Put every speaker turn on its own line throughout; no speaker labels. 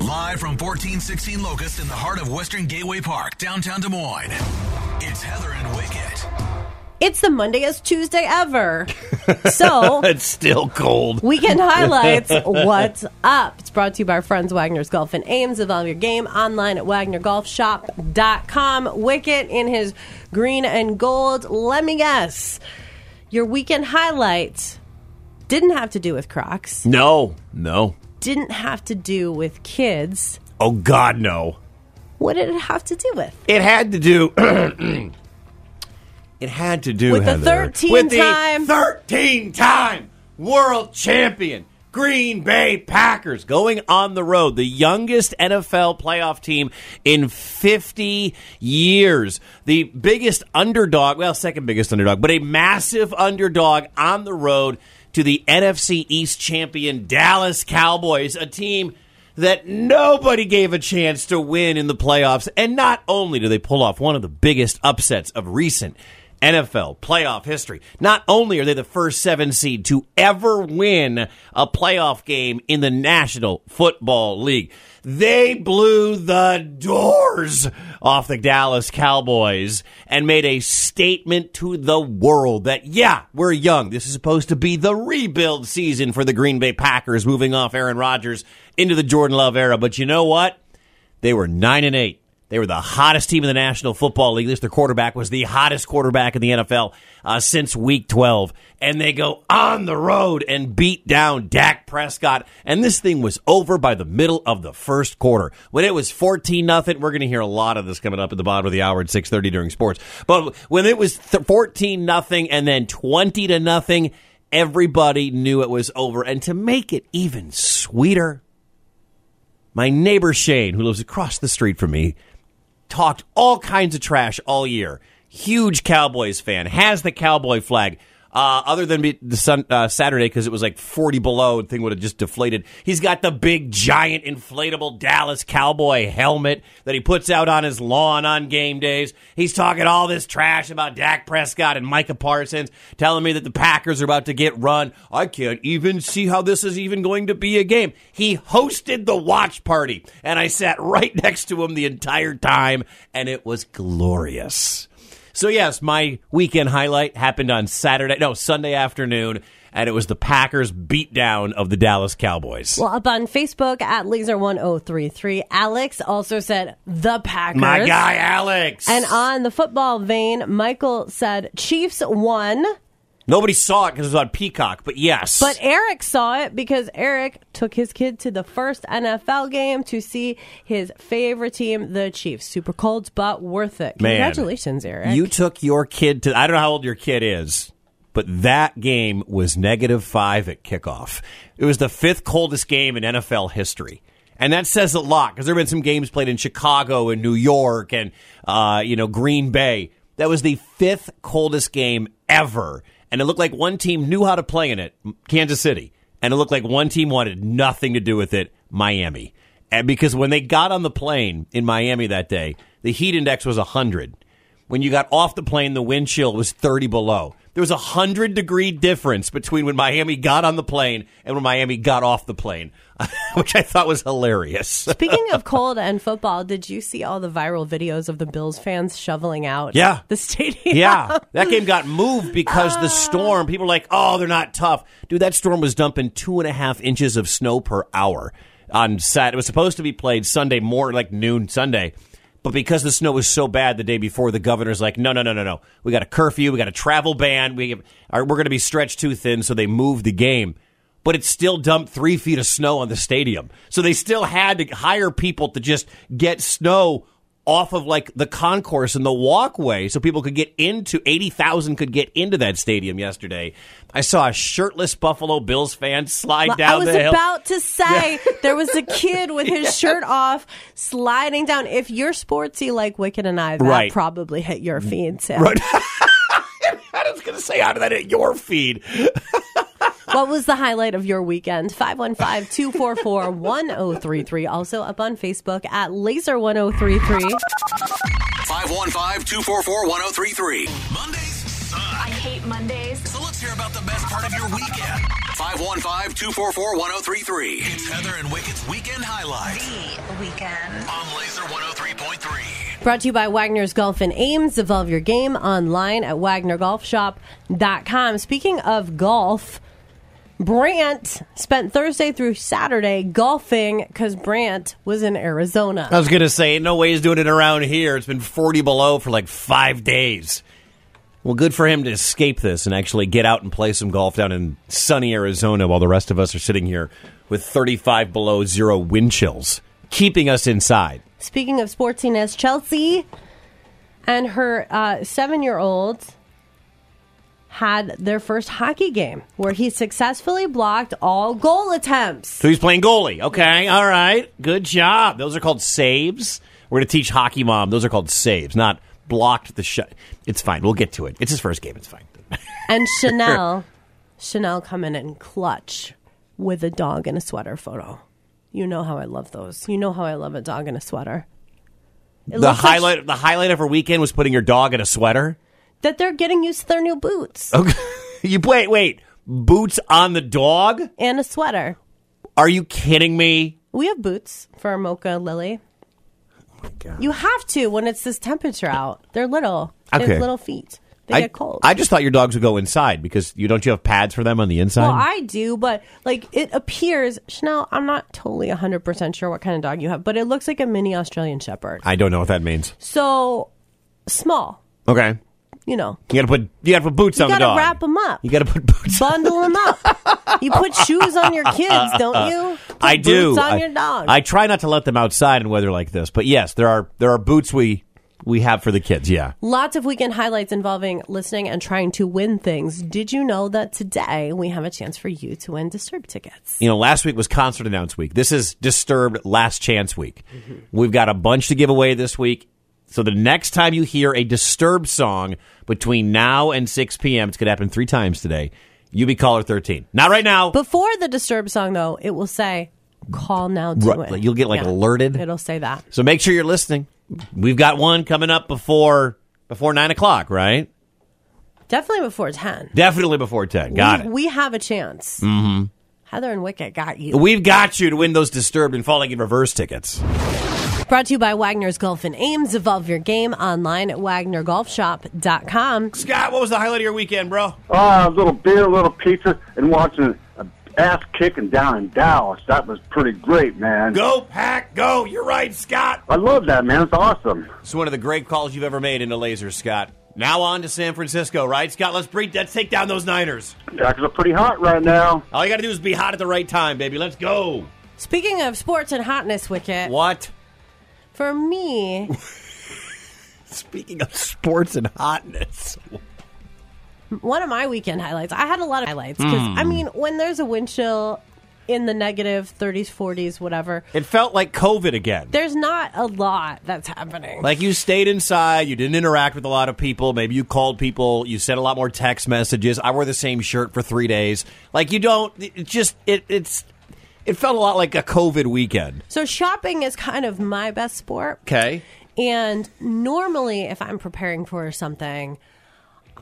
live from 1416 Locust in the heart of Western Gateway Park, downtown Des Moines. It's Heather and Wicket.
It's the Mondayest Tuesday ever. So,
It's still cold.
weekend highlights. What's up? It's brought to you by our friends Wagner's Golf and Ames. Evolve your game online at WagnerGolfShop.com. Wicket in his green and gold. Let me guess. Your weekend highlight didn't have to do with Crocs,
No, no.
didn't have to do with kids.
Oh God, no.
What did it have to do with?
It had to do. it had to do
With the
Heather,
13
with the
time-
thirteen-time world champion Green Bay Packers going on the road, the youngest NFL playoff team in fifty years, the biggest underdog, well, second biggest underdog, but a massive underdog on the road to the NFC East champion Dallas Cowboys, a team that nobody gave a chance to win in the playoffs. And not only do they pull off one of the biggest upsets of recent NFL playoff history, not only are they the first seven seed to ever win a playoff game in the National Football League, they blew the doors off the Dallas Cowboys and made a statement to the world that, yeah, we're young. This is supposed to be the rebuild season for the Green Bay Packers, moving off Aaron Rodgers into the Jordan Love era. But you know what? They were nine and eight. They were the hottest team in the National Football League. At least their quarterback was the hottest quarterback in the NFL uh, since Week 12. And they go on the road and beat down Dak Prescott. And this thing was over by the middle of the first quarter when it was fourteen nothing. We're going to hear a lot of this coming up at the bottom of the hour at six thirty during sports. But when it was fourteen nothing and then twenty to nothing, everybody knew it was over. And to make it even sweeter, my neighbor Shane, who lives across the street from me, talked all kinds of trash all year. Huge Cowboys fan, has the cowboy flag. Uh, other than be- the sun, uh, Saturday, because it was like 40 below, and thing would have just deflated. He's got the big, giant, inflatable Dallas Cowboy helmet that he puts out on his lawn on game days. He's talking all this trash about Dak Prescott and Micah Parsons, telling me that the Packers are about to get run. I can't even see how this is even going to be a game. He hosted the watch party, and I sat right next to him the entire time, and it was glorious. So yes, my weekend highlight happened on Saturday, no Sunday afternoon, and it was the Packers beatdown of the Dallas Cowboys.
Well, up on Facebook at Laser1033, Alex also said the Packers.
my guy Alex.
And uh, on the football vein, Michael said Chiefs won,
Nobody saw it because it was on Peacock, but yes,
but Eric saw it because Eric took his kid to the first NFL game to see his favorite team, the Chiefs. Super cold, but worth it.
Man.
Congratulations, Eric.
you took your kid to. I don't know how old your kid is. But that game was negative five at kickoff. It was the fifth coldest game in NFL history. And that says a lot because there have been some games played in Chicago and New York and, uh, you know, Green Bay. That was the fifth coldest game ever. And it looked like one team knew how to play in it, Kansas City. And it looked like one team wanted nothing to do with it, Miami. And because when they got on the plane in Miami that day, the heat index was 100. When you got off the plane, the wind chill was 30 below. There was a 100 degree difference between when Miami got on the plane and when Miami got off the plane, which I thought was hilarious.
Speaking of cold and football, did you see all the viral videos of the Bills fans shoveling out
Yeah.
the stadium?
Yeah, that game got moved because the storm. People were like, "Oh, they're not tough, dude." That storm was dumping two and a half inches of snow per hour on Sat. It was supposed to be played Sunday morning, like noon Sunday, but because the snow was so bad the day before, the governor's like, "No, no, no, no, no. We got a curfew. We got a travel ban. We are we're going to be stretched too thin." So they moved the game but it still dumped three feet of snow on the stadium. So they still had to hire people to just get snow off of like the concourse and the walkway so people could get into 80,000 could get into that stadium yesterday. I saw a shirtless Buffalo Bills fan slide
Well,
down
I was
the hill.
about to say there was a kid with his shirt off sliding down. If you're sportsy like Wicked and I, that
Right.
probably hit your feed too.
I was going to say, how did that hit your feed?
What was the highlight of your weekend? 515-244-1033. Also up on Facebook at Laser1033.
515-244-1033. Mondays suck.
I hate Mondays.
So let's hear about the best part of your weekend. 515-244-1033. It's Heather and Wicket's weekend highlight
The weekend.
on Laser 103.3.
Brought to you by Wagner's Golf and Ames. Evolve your game online at WagnerGolfShop.com. Speaking of golf, Brant spent Thursday through Saturday golfing because Brant was in Arizona.
I was gonna say, ain't no way he's doing it around here. It's been forty below for like five days. Well, good for him to escape this and actually get out and play some golf down in sunny Arizona while the rest of us are sitting here with thirty-five below zero wind chills, keeping us inside.
Speaking of sportsiness, Chelsea and her uh, seven year old had their first hockey game where he successfully blocked all goal attempts.
So he's playing goalie. Okay, all right, good job. Those are called saves. We're gonna teach hockey mom. Those are called saves, not blocked the shot. It's fine. We'll get to it. It's his first game. It's fine.
And Chanel, Chanel coming in clutch with a dog in a sweater photo. You know how I love those. You know how I love a dog in a sweater. It
The
looks like
highlight. the highlight of her weekend was putting her dog in a sweater.
that they're getting used to their new boots
Okay. you wait, wait. Boots on the dog?
and a sweater.
Are you kidding me?
We have boots for Mocha Lily.
Oh
You have to when it's this temperature out. They're little. They
Okay.
have little feet. They
I,
get cold.
I just thought your dogs would go inside because you don't you have pads for them on the inside?
well, I do, but like it appears, Chanel, I'm not totally 100% sure what kind of dog you have, but it looks like a mini Australian Shepherd.
I don't know what that means.
So small,
Okay.
you know.
You gotta put you gotta put boots
You
on the
gotta
dog.
wrap 'em up.
You gotta put boots on
Bundle them up. you put shoes on your kids, don't you? Put
I do.
Boots on
I,
your dog.
I try not to let them outside in weather like this, but yes, there are there are boots we we have for the kids, yeah.
Lots of weekend highlights involving listening and trying to win things. Did you know that today we have a chance for you to win Disturb tickets?
you know, last week was concert announce week. This is disturbed last chance week.
Mm-hmm.
We've got a bunch to give away this week. So the next time you hear a disturbed song between now and 6 p.m., it's going to happen three times today. You be caller 13. Not right now.
Before the Disturb song, though, it will say, call now to
Right,
win.
like, you'll get, like, alerted.
It'll say that.
so make sure you're listening. We've got one coming up before before 9 o'clock, right?
Definitely before 10.
Definitely before 10. Got
we,
it.
we have a chance. Mm-hmm. Heather and Wicket got you.
We've got you to win those disturbed and falling in reverse tickets.
Brought to you by Wagner's Golf and Ames. Evolve your game online at wagnergolfshop.com.
Scott, what was the highlight of your weekend, bro?
Ah, a little beer, a little pizza, and watching an ass kicking down in Dallas. That was pretty great, man.
Go, pack, go. You're right, Scott.
I love that, man. It's awesome.
It's one of the great calls you've ever made into laser, Scott. Now on to San Francisco, right, Scott? Let's breed. Let's take down those Niners.
Jackets are pretty hot right now.
All you got to do is be hot at the right time, baby. Let's go.
Speaking of sports and hotness, Wicket,
What?
for me,
Speaking of sports and hotness,
one of my weekend highlights. I had a lot of highlights because I mean, when there's a wind chill in the negative 30s, 40s, whatever,
it felt like COVID again.
there's not a lot that's happening.
Like you stayed inside, you didn't interact with a lot of people. Maybe you called people, you sent a lot more text messages. I wore the same shirt for three days. Like you don't. It just it it's it felt a lot like a COVID weekend.
so shopping is kind of my best sport.
Okay.
And normally, if I'm preparing for something,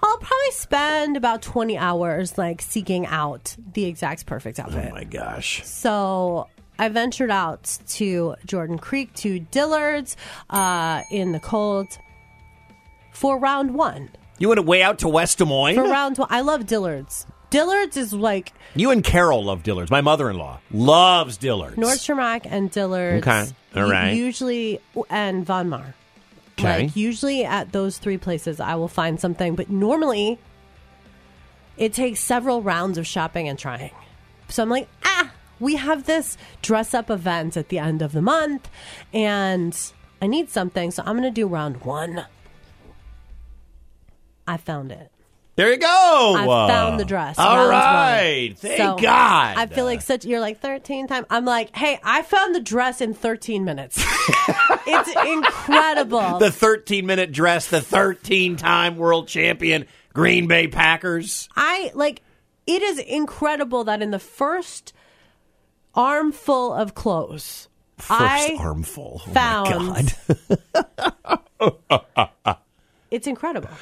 I'll probably spend about 20 hours like seeking out the exact perfect outfit.
Oh my gosh.
So I ventured out to Jordan Creek to Dillard's uh, in the cold for round one.
You went way out to West Des Moines.
For round one, I love Dillard's. Dillard's is like
You and Carol love Dillard's. My mother-in-law loves Dillard's.
Nordstrom Rack and Dillard's.
Okay. All
u-
right.
Usually, and Von Mar.
Okay.
Like, usually at those three places, I will find something, but normally it takes several rounds of shopping and trying. So I'm like, ah, we have this dress up event at the end of the month, and I need something, so I'm going to do round one. I found it.
there you go.
I found the dress.
All
round
right.
one.
Thank
So,
God.
I feel like such. You're like 13 time. I'm like, hey, I found the dress in 13 minutes. it's incredible.
the 13-minute dress, the 13-time world champion Green Bay Packers.
I like. It is incredible that in the first armful of clothes,
First
I
armful. Oh, my
found.
God.
it's incredible.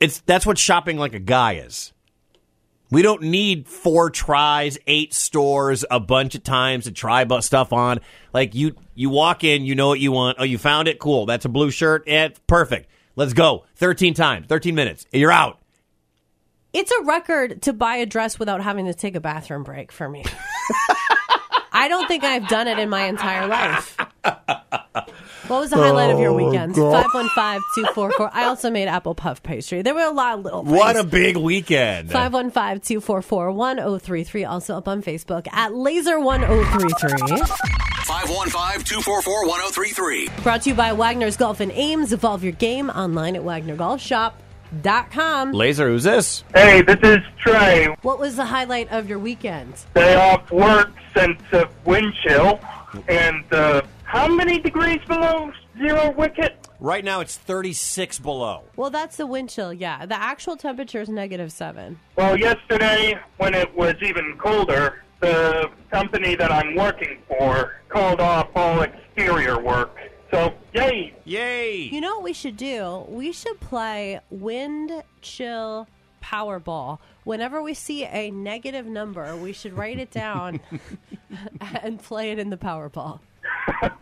It's that's what shopping like a guy is. We don't need four tries, eight stores, a bunch of times to try bu- stuff on. Like you, you walk in, you know what you want. Oh, you found it. Cool. That's a blue shirt. Eh, perfect. Let's go. Thirteen times, thirteen minutes. You're out.
It's a record to buy a dress without having to take a bathroom break for me. I don't think I've done it in my entire life. What was the highlight of your weekend? 515-244. I also made apple puff pastry. There were a lot of little things.
What a big weekend.
515-244-1033. Also up on Facebook at laser1033.
515 244 1033.
Brought to you by Wagner's Golf and Ames. Evolve your game online at wagnergolfshop.com.
Laser, who's this?
Hey, this is Trey.
What was the highlight of your weekend?
Day off work since the wind chill. And uh, how many degrees below zero wicket?
Right now, it's 36 below.
Well, that's the wind chill, yeah. The actual temperature is negative 7.
Well, yesterday, when it was even colder, the company that I'm working for called off all exterior work. So, yay!
Yay!
You know what we should do? We should play wind chill powerball. Whenever we see a negative number, we should write it down and play it in the powerball.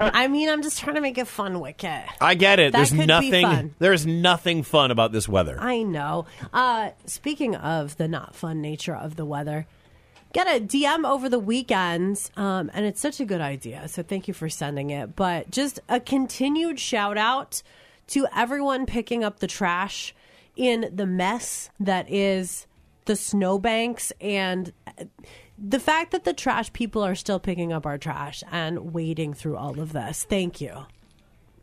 I mean, I'm just trying to make it fun, Wicket.
I get it.
That
There's
could be
nothing.
fun.
There's nothing fun about this weather.
I know. Uh, speaking of the not fun nature of the weather, got a DM over the weekends, um, and it's such a good idea. So thank you for sending it. But just a continued shout out to everyone picking up the trash in the mess that is the snowbanks and the fact that the trash people are still picking up our trash and wading through all of this. Thank you.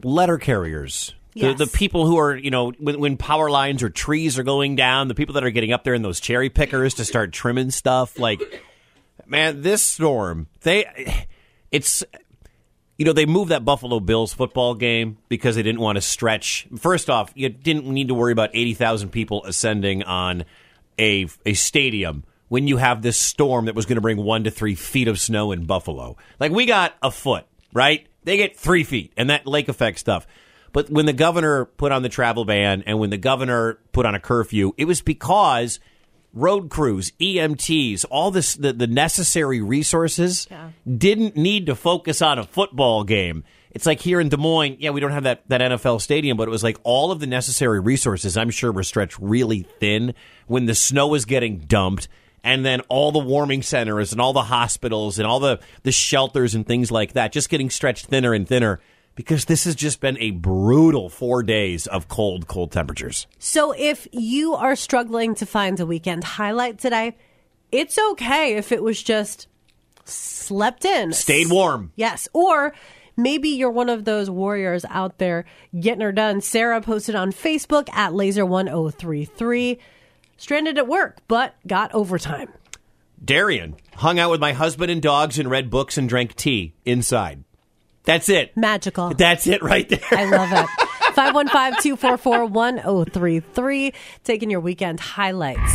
letter carriers.
Yes.
The, the people who are, you know, when, when power lines or trees are going down, the people that are getting up there in those cherry pickers to start trimming stuff. Like, man, this storm, they, it's, you know, they moved that Buffalo Bills football game because they didn't want to stretch. First off, you didn't need to worry about 80,000 people ascending on a, a stadium when you have this storm that was going to bring one to three feet of snow in Buffalo. Like, we got a foot, right? They get three feet and that lake effect stuff. But when the governor put on the travel ban and when the governor put on a curfew, it was because road crews, EMTs, all this the, the necessary resources didn't need to focus on a football game. It's like here in Des Moines, yeah, we don't have that, that NFL stadium, but it was like all of the necessary resources I'm sure were stretched really thin when the snow was getting dumped and then all the warming centers and all the hospitals and all the, the shelters and things like that just getting stretched thinner and thinner because this has just been a brutal four days of cold, cold temperatures.
So if you are struggling to find a weekend highlight today, it's okay if it was just slept in.
Stayed warm.
Yes. Or maybe you're one of those warriors out there getting her done. Sarah posted on Facebook at laser1033. Stranded at work, but got overtime.
Darian hung out with my husband and dogs and read books and drank tea inside. That's it.
Magical.
That's it right there.
I love it. 515 244 1033. Taking your weekend highlights.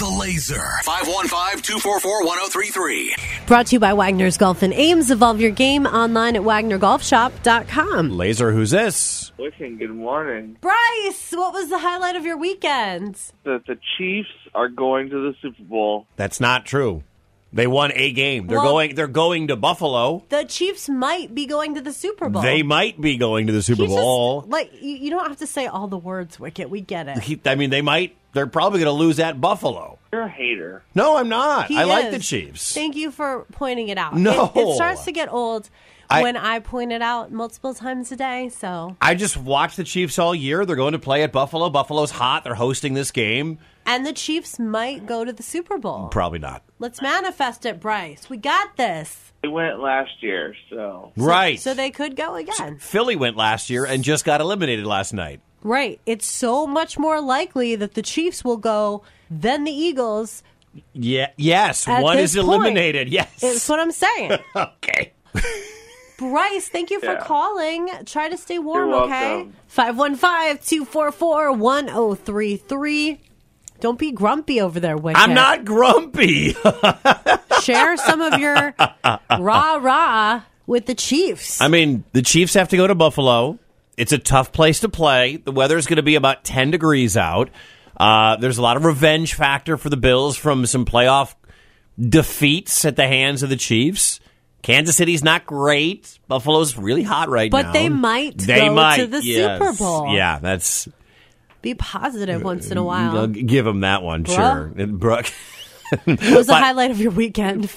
The Laser. 515 244 1033.
Brought to you by Wagner's Golf and Ames. Evolve your game online at wagnergolfshop.com.
Laser, who's this?
Listen, good morning.
Bryce, what was the highlight of your weekend?
The, the Chiefs are going to the Super Bowl.
That's not true. They won a game. They're
Well-
going. They're going to Buffalo.
The Chiefs might be going to the Super Bowl.
They might be going to the Super
You just-
Bowl.
like you, you don't have to say all the words, Wicket. We get it.
He- I mean, they might. They're probably going to lose at Buffalo.
You're a hater.
No, I'm not.
He
I like
is.
the Chiefs.
Thank you for pointing it out.
No.
It, it starts to get old
I-
when I point it out multiple times a day. So,
I just watched the Chiefs all year. They're going to play at Buffalo. Buffalo's hot. They're hosting this game.
and the Chiefs might go to the Super Bowl.
Probably not.
Let's manifest it, Bryce. We got this.
They went last year, so
right.
So they could go again.
Philly went last year and just got eliminated last night.
Right. It's so much more likely that the Chiefs will go than the Eagles.
Yeah. Yes.
At
one
this
is eliminated.
point,
yes.
It's what I'm saying.
okay.
Bryce, thank you for
Yeah.
calling. Try to stay warm,
You're
okay?
welcome.
515 244 1033. Don't be grumpy over there, Wicked.
I'm not grumpy.
Share some of your rah rah with the Chiefs.
I mean, the Chiefs have to go to Buffalo. It's a tough place to play. The weather's going to be about 10 degrees out. Uh, there's a lot of revenge factor for the Bills from some playoff defeats at the hands of the Chiefs. Kansas City's not great. Buffalo's really hot right
But
now.
they might
They
go
might
to the
yes.
Super Bowl.
Yeah, that's
Be positive once in a
I'll
while.
g- give them that one. Sure, And Brooke.
What was the
But-
highlight of your weekend?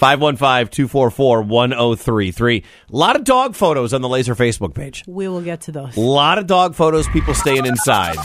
515-244-1033. A oh lot of dog photos on the Laser Facebook page.
We will get to those.
A lot of dog photos, people staying inside.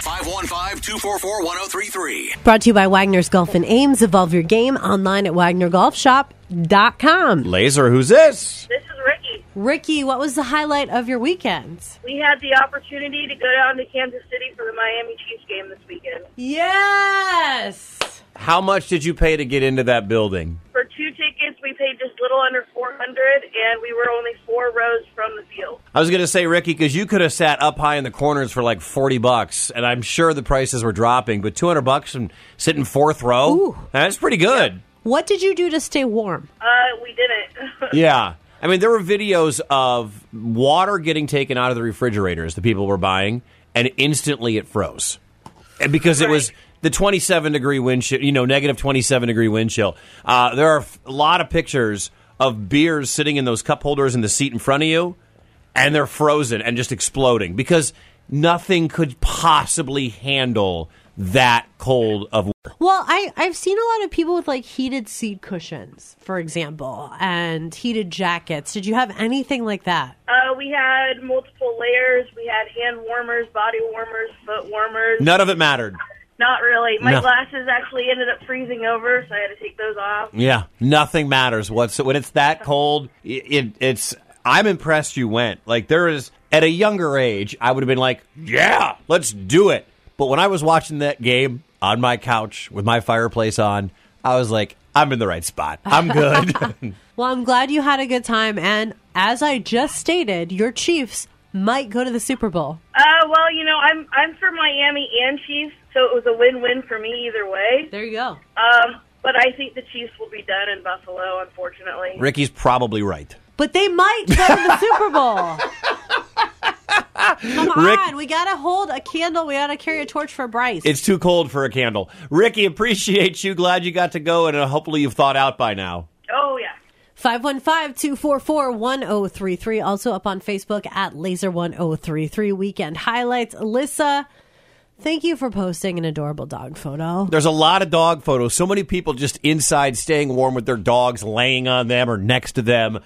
515 244 1033.
Brought to you by Wagner's Golf and Ames. Evolve your game online at WagnerGolfShop.com.
Laser, who's this?
This is Ricky.
Ricky, what was the highlight of your weekend?
We had the opportunity to go down to Kansas City for the Miami Chiefs game this weekend.
Yes.
How much did you pay to get into that building?
For two tickets, we paid just little under 400 and we were only four rows from the field.
I was going to say, Ricky, because you could have sat up high in the corners for like 40 bucks, and I'm sure the prices were dropping, but 200 bucks and sitting fourth row?
Ooh.
That's pretty good.
What did you do to stay warm?
Uh, we didn't.
Yeah. I mean, there were videos of water getting taken out of the refrigerators the people were buying, and instantly it froze. And because it was the 27 degree wind chill, you know, negative 27 degree wind chill. Uh, there are a lot of pictures of beers sitting in those cup holders in the seat in front of you, and they're frozen and just exploding because nothing could possibly handle that cold of water.
Well, I, I've seen a lot of people with like heated seat cushions, for example, and heated jackets. Did you have anything like that?
uh, we had multiple layers. We had hand warmers, body warmers, foot warmers.
None of it mattered.
Not really. My
No.
glasses actually ended up freezing over, so I had to take those off.
Yeah, nothing matters. What's when it's that cold? i- It, it's. I'm impressed you went. Like there is at a younger age, I would have been like, yeah, let's do it. But when I was watching that game on my couch with my fireplace on, I was like, I'm in the right spot. I'm good.
Well, I'm glad you had a good time. And as I just stated, your Chiefs might go to the Super Bowl.
Uh, well, you know, I'm I'm for Miami and Chiefs, so it was a win-win for me either way.
There you go.
Um, but I think the Chiefs will be done in Buffalo, unfortunately.
Ricky's probably right.
But they might go to the Super Bowl. Come
Rick-
on, we gotta hold a candle. We gotta carry a torch for Bryce.
It's too cold for a candle. Ricky, appreciate you. Glad you got to go, and uh, hopefully you've thought out by now.
Oh yeah.
515-244-1033. Also up on Facebook at Laser1033 Weekend Highlights. Alyssa, thank you for posting an adorable dog photo.
There's a lot of dog photos. So many people just inside staying warm with their dogs laying on them or next to them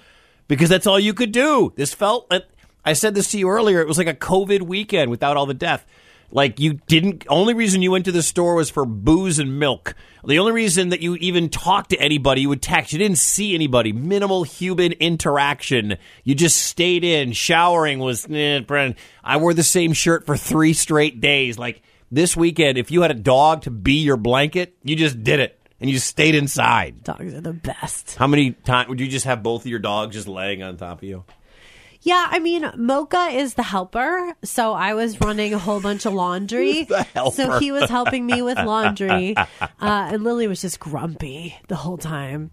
because that's all you could do. This felt like- I said this to you earlier, it was like a COVID weekend without all the death. Like you didn't only reason you went to the store was for booze and milk. The only reason that you even talked to anybody, you would text, you didn't see anybody. Minimal human interaction. You just stayed in. Showering was eh, Bren. I wore the same shirt for 3 straight days. Like this weekend, if you had a dog to be your blanket, you just did it and you stayed inside.
Dogs are the best.
How many times would you just have both of your dogs just laying on top of you?
Yeah, I mean, Mocha is the helper. So I was running a whole bunch of laundry.
The helper.
So he was helping me with laundry. Uh, and Lily was just grumpy the whole time.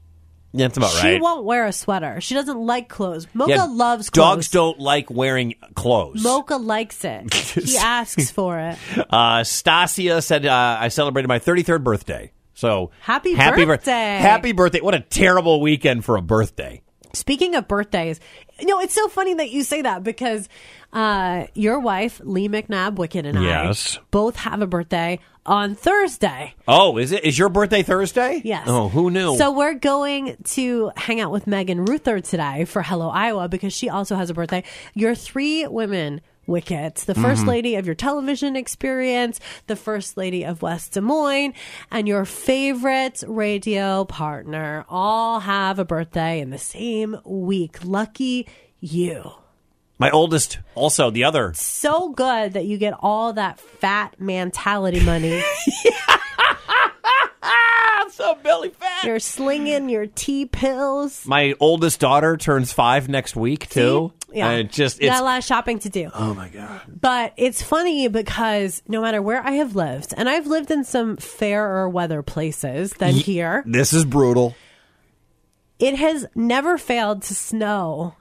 Yeah, that's about
She won't wear a sweater. She doesn't like clothes. Mocha
Yeah,
loves clothes.
Dogs don't like wearing clothes.
Mocha likes it. He asks for it.
Uh, Stasia said, uh, I celebrated my 33rd birthday. So
Happy
bir-
birthday.
happy birthday. What a terrible weekend for a birthday.
Speaking of birthdays, no, it's so funny that you say that because uh, your wife, Lee McNabb Wicked, and
Yes.
I both have a birthday on Thursday.
Oh, is it? Is your birthday Thursday?
Yes.
Oh, who knew?
So we're going to hang out with Megan Ruther today for Hello Iowa because she also has a birthday. Your three women. Wicked, the 1st
Mm-hmm.
lady of your television experience, the first lady of West Des Moines, and your favorite radio partner all have a birthday in the same week. Lucky you.
my oldest, also the other.
So good that you get all that fat mentality money.
I'm so Billy Fat.
You're slinging your tea pills.
My oldest daughter turns five next week, too.
Yeah,
And it just,
You
it's
got a lot of shopping to do. Oh my god! But it's funny because no matter where I have lived, and I've lived in some fairer weather places than here,
This is brutal.
it has never failed to snow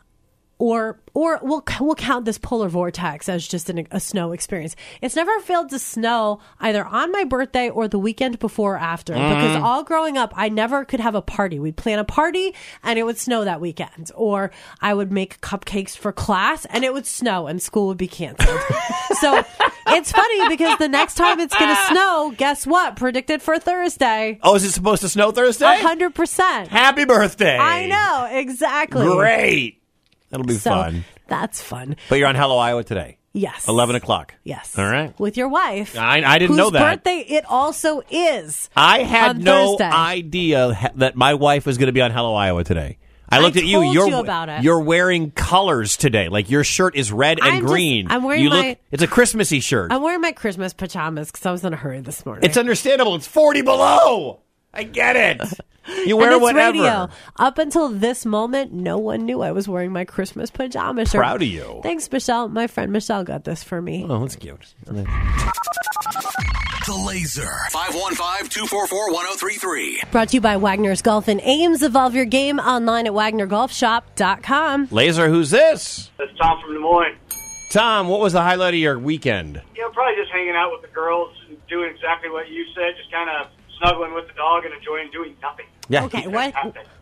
or or we'll we'll count this polar vortex as just an, a snow experience. It's never failed to snow either on my birthday or the weekend before or after because all growing up I never could have a party. We'd plan a party and it would snow that weekend or I would make cupcakes for class and it would snow and school would be canceled. so it's funny because the next time it's going to snow, guess what? Predicted for Thursday.
Oh, is it supposed to snow Thursday?
100%.
Happy birthday!
I know, exactly.
Great. That'll be
So
fun.
that's fun.
But you're on Hello Iowa today,
Yes.
eleven o'clock.
Yes.
All right.
With your wife.
I- I didn't
whose
know that.
birthday it also is.
I had
On
no
Thursday.
idea ha- that my wife was going to be on Hello Iowa today. I looked at you.
told
You're
you about it.
you're wearing colors today. Like your shirt is red and
I'm just-
green.
I'm wearing
you
my-
look. It's a Christmassy shirt.
I'm wearing my Christmas pajamas because I was in a hurry this morning.
it's understandable. It's forty below. I get it. You wear
and it's
whatever.
radio. Up until this moment, no one knew I was wearing my Christmas pajama shirt.
Proud of you.
Thanks, Michelle. My friend Michelle got this for me.
Oh, that's cute.
The Laser. 515-244-1033.
Brought to you by Wagner's Golf and Ames. Evolve your game online at wagnergolfshop.com.
Laser, who's this?
It's Tom from Des Moines.
Tom, what was the highlight of your weekend?
You know, probably just hanging out with the girls and doing exactly what you said, just kind of snuggling with the dog and enjoying doing nothing.
Yeah.
Okay, what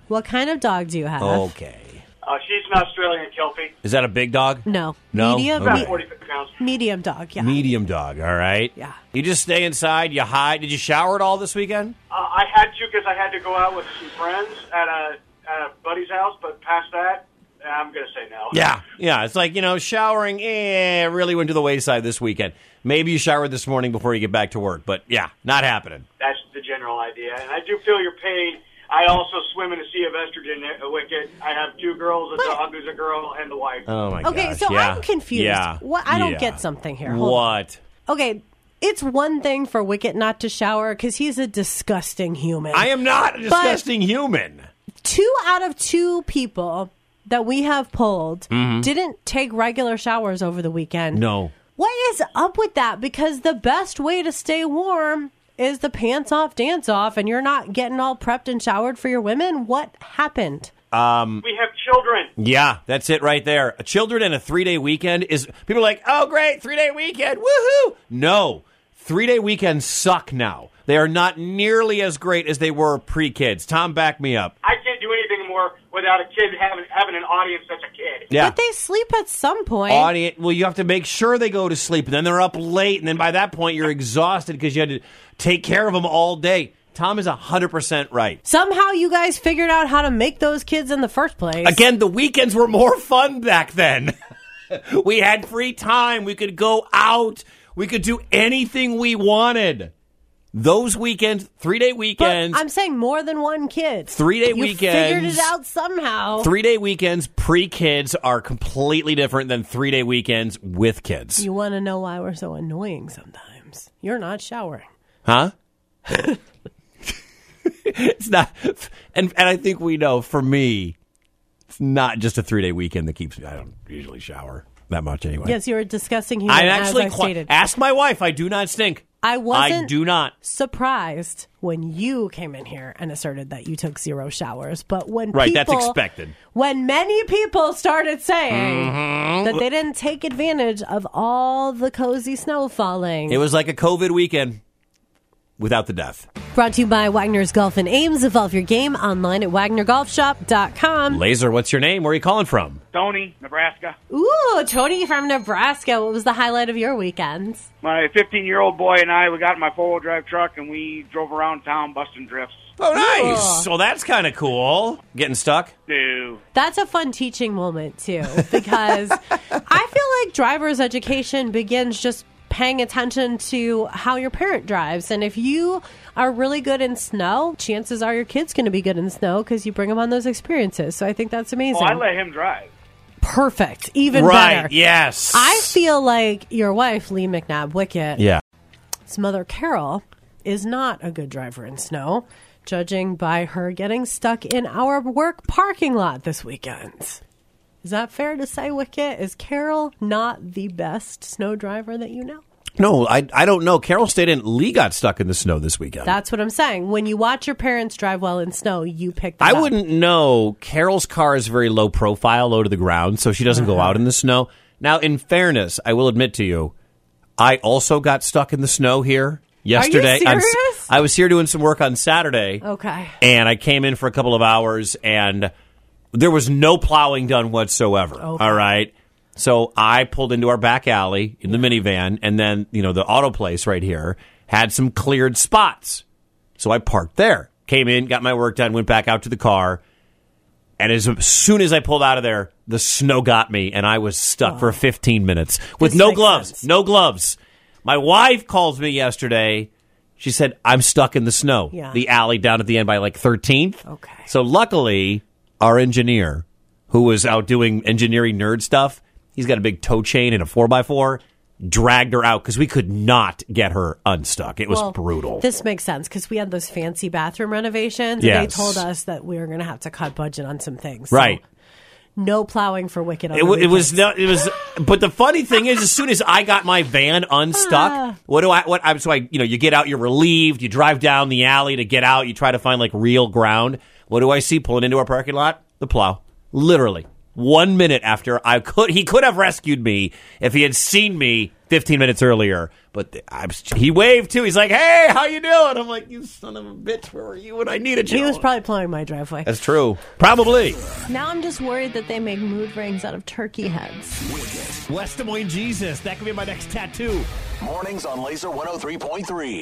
what kind of dog do you have?
Oh. Okay.
Uh, she's an Australian Kelpie,
Is that a big dog?
No.
No?
Medium,
Okay.
about 45 pounds.
medium dog, yeah.
Medium dog. All right.
Yeah.
You just stay inside. You hide. Did you shower at all this weekend?
Uh, I had to because I had to go out with some friends at a, at a buddy's house, but past that, I'm going to say no.
Yeah. Yeah. It's like, you know, showering, eh, really went to the wayside this weekend. Maybe you showered this morning before you get back to work, but yeah, not happening.
That's the general idea. And I do feel your pain. I also swim in a sea of estrogen uh, wicket. I have two girls, a dog who's a girl, and the wife.
Oh, my
Okay,
gosh.
so
yeah.
I'm confused.
Yeah.
What I don't
Yeah.
get something here. Hold on.
What?
Okay, it's one thing for Wicket not to shower because he's a disgusting human.
I am not a disgusting human.
two out of two people that we have polled didn't take regular showers over the weekend.
Mm-hmm. No.
What is up with that? Because the best way to stay warm is the pants off, dance off, and you're not getting all prepped and showered for your women. What happened?
We have children.
Yeah, that's it right there. A children and a three day weekend is people are like, oh great, three day weekend, woohoo! No, three day weekends suck now. They are not nearly as great as they were pre kids. Tom, back me up.
I can't do anything more without a kid having having an audience that's a kid.
Yeah.
But they sleep at some point.
Audience, well, you have to make sure they go to sleep, and then they're up late, and then by that point you're exhausted because you had to take care of them all day. Tom is hundred percent right.
Somehow you guys figured out how to make those kids in the first place.
Again, the weekends were more fun back then. we had free time. We could go out. We could do anything we wanted. Those weekends, three day
But
weekends,
I'm saying more than one kid.
Three-day
You Figured
weekends.
it out somehow.
three day weekends pre kids are completely different than three day weekends with kids.
You want to know why we're so annoying sometimes? You're not showering.
Huh? it's not, and and I think we know. For me, it's not just a three day weekend that keeps me. I don't usually shower that much anyway.
Yes, you're a disgusting human.
I'm
as
actually
I
qui-
stated.
ask my wife. I do not stink.
I wasn't
I do not.
surprised when you came in here and asserted that you took zero showers, but when
Right, that's
people-
expected.
When many people started saying
Mm-hmm.
that they didn't take advantage of all the cozy snow falling,
It was like a COVID weekend without the death.
brought to you by Wagner's Golf and Ames. Evolve your game online at wagnergolfshop.com.
Laser, what's your name? Where are you calling from?
Tony, Nebraska.
Ooh, Tony from Nebraska. What was the highlight of your weekend?
My 15 year old boy and I, we got in my four wheel drive truck and we drove around town busting drifts.
Oh,
nice.
Well, that's kind of cool. Getting stuck.
Dude.
That's a fun teaching moment too, because I feel like driver's education begins just paying attention to how your parent drives, and if you are really good in snow, chances are your kid's going to be good in snow because you bring them on those experiences. So I think that's amazing.
Well, Oh, I let him drive.
Perfect, even
right.
better.
Yes.
I feel like your wife, Lee McNabb Wickett,
Yeah.
his mother Carol, is not a good driver in snow. Judging by her getting stuck in our work parking lot this weekend. Is that fair to say, Wicket? Is Carol not the best snow driver that you know?
No, I, I don't know. Carroll State and Lee got stuck in the snow this weekend.
That's what I'm saying. When you watch your parents drive while in snow, you pick that
I
up.
wouldn't know. Carol's car is very low profile, low to the ground, so she doesn't go
Uh-huh.
out in the snow. Now, in fairness, I will admit to you, I also got stuck in the snow here yesterday. I'm s-
serious? Oh,
I was here doing some work on Saturday,
Okay.
and I came in for a couple of hours, and there was no plowing done whatsoever. All right. So I pulled into our back alley in the minivan, and then, you know, the auto place right here had some cleared spots. So I parked there, came in, got my work done, went back out to the car. And as soon as I pulled out of there, the snow got me, and I was stuck for 15 minutes with
Oh. This
no
makes
gloves.
sense.
No gloves. My wife calls me yesterday. She said, I'm stuck in the snow.
Yeah.
The alley down at the end by like 13th.
Okay.
So luckily, our engineer, who was out doing engineering nerd stuff, he's got a big tow chain and a 4x4, dragged her out because we could not get her unstuck. It was
Well,
brutal.
This makes sense because we had those fancy bathroom renovations. And
Yes.
they told us that we were going to have to cut budget on some things. So
right.
no plowing for Wicked. On
It,
the
w- it was
weekends.
no, it was. But the funny thing is, as soon as I got my van
Ah.
unstuck, what do I? What I'm so I, you know, you get out, you're relieved, you drive down the alley to get out, you try to find like real ground. What do I see pulling into our parking lot? The plow, literally. One minute after I could, he could have rescued me if he had seen me 15 minutes earlier. But th- I was, he waved too. He's like, "Hey, how you doing?" I'm like, "You son of a bitch, where were you when I needed you?"
He was probably plowing my driveway.
That's true, probably.
Now I'm just worried that they make mood rings out of turkey heads.
West Des Moines Jesus, that could be my next tattoo.
Mornings on Laser 103.3.